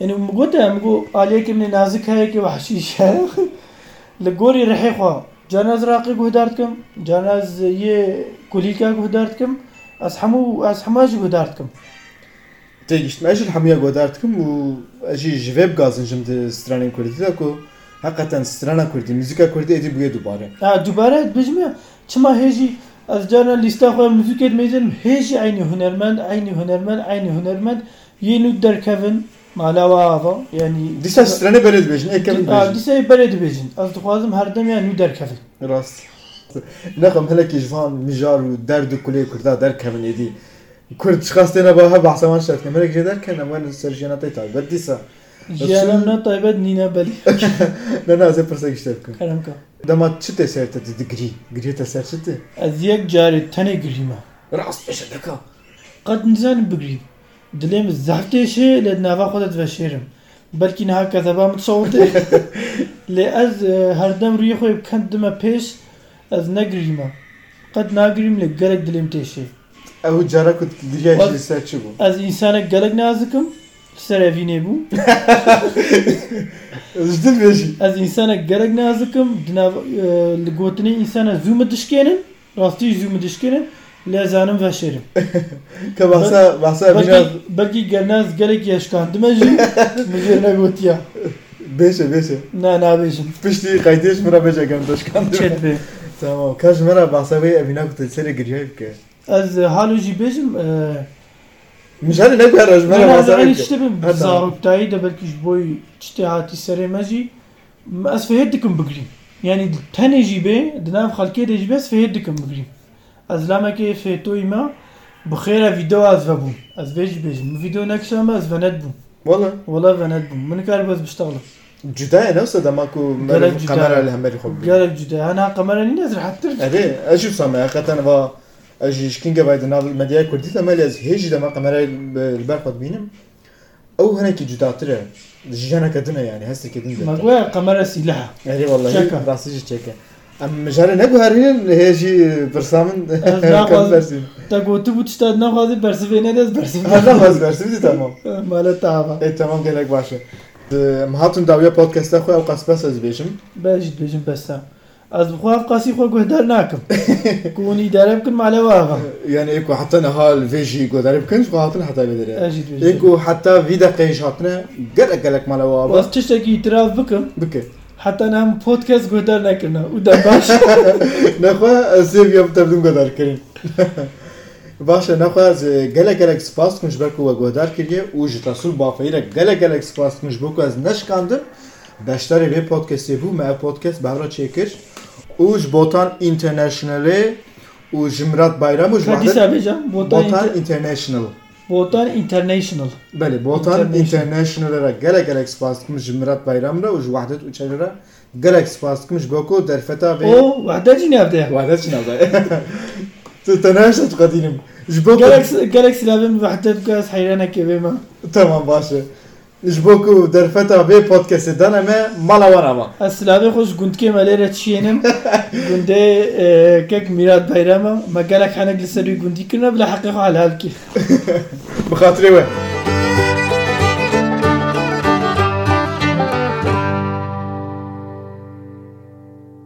[SPEAKER 2] یعنی گوتە ئەمگو ئالەیەکی منی نازکایەکی وحشی شارخ لگوری رحی خواه جاناز راقی گهدار کم جاناز یه کولیکا گهدار کم از همو از هماش گهدار کم
[SPEAKER 1] Te giştim eşil hamiye godartkim bu eşi jiveb gazın şimdi stranen Kürdi de ku hakikaten strana Kürdi, müzika Kürdi edi buye dubare.
[SPEAKER 2] آه دوباره بجمع چما هیجی از جانا لیستا خواه موزیکت میزنم هیجی عینی هنرمند عینی هنرمند عینی هنرمند یه نود در کفن مالاوا آفا یعنی
[SPEAKER 1] Dişe strane böyle dubejin, ekemi
[SPEAKER 2] آه
[SPEAKER 1] dubejin.
[SPEAKER 2] دیسا برد بجن از دخوازم هر دم یه نود در کفن
[SPEAKER 1] Rast. Nakam hele ki jvan mijar u derd u kuley Kürda der kemin edi. Kurd çıkas tene baha bahsaman şartken. Melek je derken ama ben serjiyana tay tabi. Ben disa.
[SPEAKER 2] جانم نه طایبت نینه بلی
[SPEAKER 1] Ne naze pırsa giştevkin.
[SPEAKER 2] کرم که
[SPEAKER 1] Dama çı te serte dedi gri. Gri te ser çı te.
[SPEAKER 2] از یک جاری تنه گریمه
[SPEAKER 1] Rast peşe deka.
[SPEAKER 2] قد نزان بگریم دلیم زحمتش ل نوا خودت و شیرم بلکی نه کذبا متصورت ل از هر دم روی خو کند ما پیش از نگریم قد نگریم ل گرگ دلیم تشه
[SPEAKER 1] Ehu cara kut griye
[SPEAKER 2] Bak-
[SPEAKER 1] jili ser çı bu.
[SPEAKER 2] از انسان گرگ نازکم سر وینه بو
[SPEAKER 1] Özdil beşi.
[SPEAKER 2] از انسان گرگ نازکم دناو ل گوتنی انسان زوم دشکنن راستی زوم دشکنن ل زانم و شیرم
[SPEAKER 1] Ke bahsa bahsa mijar.
[SPEAKER 2] بلکی بلکی گرناز گرگ یشکاندم جی مجر نگوتیا
[SPEAKER 1] Beşe beşe.
[SPEAKER 2] نه نابیشم
[SPEAKER 1] Pişti kaydeş mera beşe gem doşkan.
[SPEAKER 2] چێت بێ
[SPEAKER 1] Tamam. Kaç mera bahsa bey evina kut seri griye ke.
[SPEAKER 2] ئەس هاالۆژی بێژم
[SPEAKER 1] Mijar ne kadar mera bahsa bey.
[SPEAKER 2] شتە بم
[SPEAKER 1] هەتا.
[SPEAKER 2] زاڕوتایی دەبەرکیش بۆی شتی هاتی سەرێ مەژی ئەس فێر دکم بگریم یعنی تەنێژی بێ دنام خەڵکێ دەژ بێس فێر دکم بگریم ئەس لامەکەی فێتۆی ما بخێرە ڤیددیو ئازە بوو ئەس بێژ بێژم ڤیددیو نەکشەمە ئەس بەنەت بوو
[SPEAKER 1] Valla.
[SPEAKER 2] وڵە بەنەت بوو من کار بەس بشتاڵم
[SPEAKER 1] Cüda ne olsa da maku
[SPEAKER 2] Gerek cüda.
[SPEAKER 1] kamerayla hemeri hobi.
[SPEAKER 2] گەرە جودا هەنا قەمەرەنی نەزر حتر
[SPEAKER 1] Ede, eşi usama hakikaten va eşi işkinge baydın av medyaya kurdi de meli ez heji de ma kamerayla ber hobi binim. Ew hinekî cudatire. Jijana kedine yani hesir kedin de.
[SPEAKER 2] مەگوایە قەمەرە سیلها
[SPEAKER 1] Ede vallahi
[SPEAKER 2] Çeka.
[SPEAKER 1] rastı jî çeke. Em mijare ne guherînin heji pirsamın
[SPEAKER 2] Ez
[SPEAKER 1] kan
[SPEAKER 2] nahwazim.
[SPEAKER 1] versin.
[SPEAKER 2] دەگوت بوو شتا نەخوازی بەرسێ نەدەست بەرسێ
[SPEAKER 1] Her namaz versin de tamam.
[SPEAKER 2] مالە تاوا
[SPEAKER 1] E tamam gerek başa. Em hatun davya podcast'a koy ev kaspas ez bejim.
[SPEAKER 2] باش بێژم بەستا ئەس بخواف قاسی خۆ گوهدار ناکەم کوونی دارە بکن مالەواغا
[SPEAKER 1] Yani eko hatta nehal veji godarib kınç ko hatun hata bedere.
[SPEAKER 2] ئەژیت
[SPEAKER 1] Eko hatta vida qeyş hatına gerek gerek mala wa
[SPEAKER 2] بەس تشتێکی ئیتراف بکەm
[SPEAKER 1] bike.
[SPEAKER 2] حتا نام پۆتکەس گوهدار نەکردە و دە باش
[SPEAKER 1] Naxwa sev yap tabdum godar kirin. Başa naxwa az gerek gerek spas kunj berku wa godar kirye u jita sul bafeira gerek gerek spas kunj boku az neşkandım. Beşleri ve podcast'i bu me podcast bahra çekir. Uj Botan International'e u Jimrat Bayram uj
[SPEAKER 2] دیسا
[SPEAKER 1] Vahdet
[SPEAKER 2] بێژم
[SPEAKER 1] Botan International.
[SPEAKER 2] بۆتان ئینتەرنیشنل
[SPEAKER 1] بله بوتان
[SPEAKER 2] International.
[SPEAKER 1] انترنشنال را گلک گلک سپاس کمش مرات بایرام را و جو وحدت و چلی را گلک سپاس کمش گوکو در فتا
[SPEAKER 2] ئۆ
[SPEAKER 1] به
[SPEAKER 2] وەدەجی نابدەیە
[SPEAKER 1] وحدت چی نبای تو تنهاش تو قدینم جبوکو
[SPEAKER 2] گەلەکسی لابم وەحدەت گاز حیرانەکێ بێمە
[SPEAKER 1] تمام باشه ji bo ku derfeta vê podcastê dane me mala wan ama.
[SPEAKER 2] ئەسلاێ خۆش گوندکێمە لێرە چێنم گوندێ اه، کەک میرات بەیرەمە مەگەلە خانەك لەسەری گوندیکردە لە حقیقا حالالکی
[SPEAKER 1] Bi xatirê we.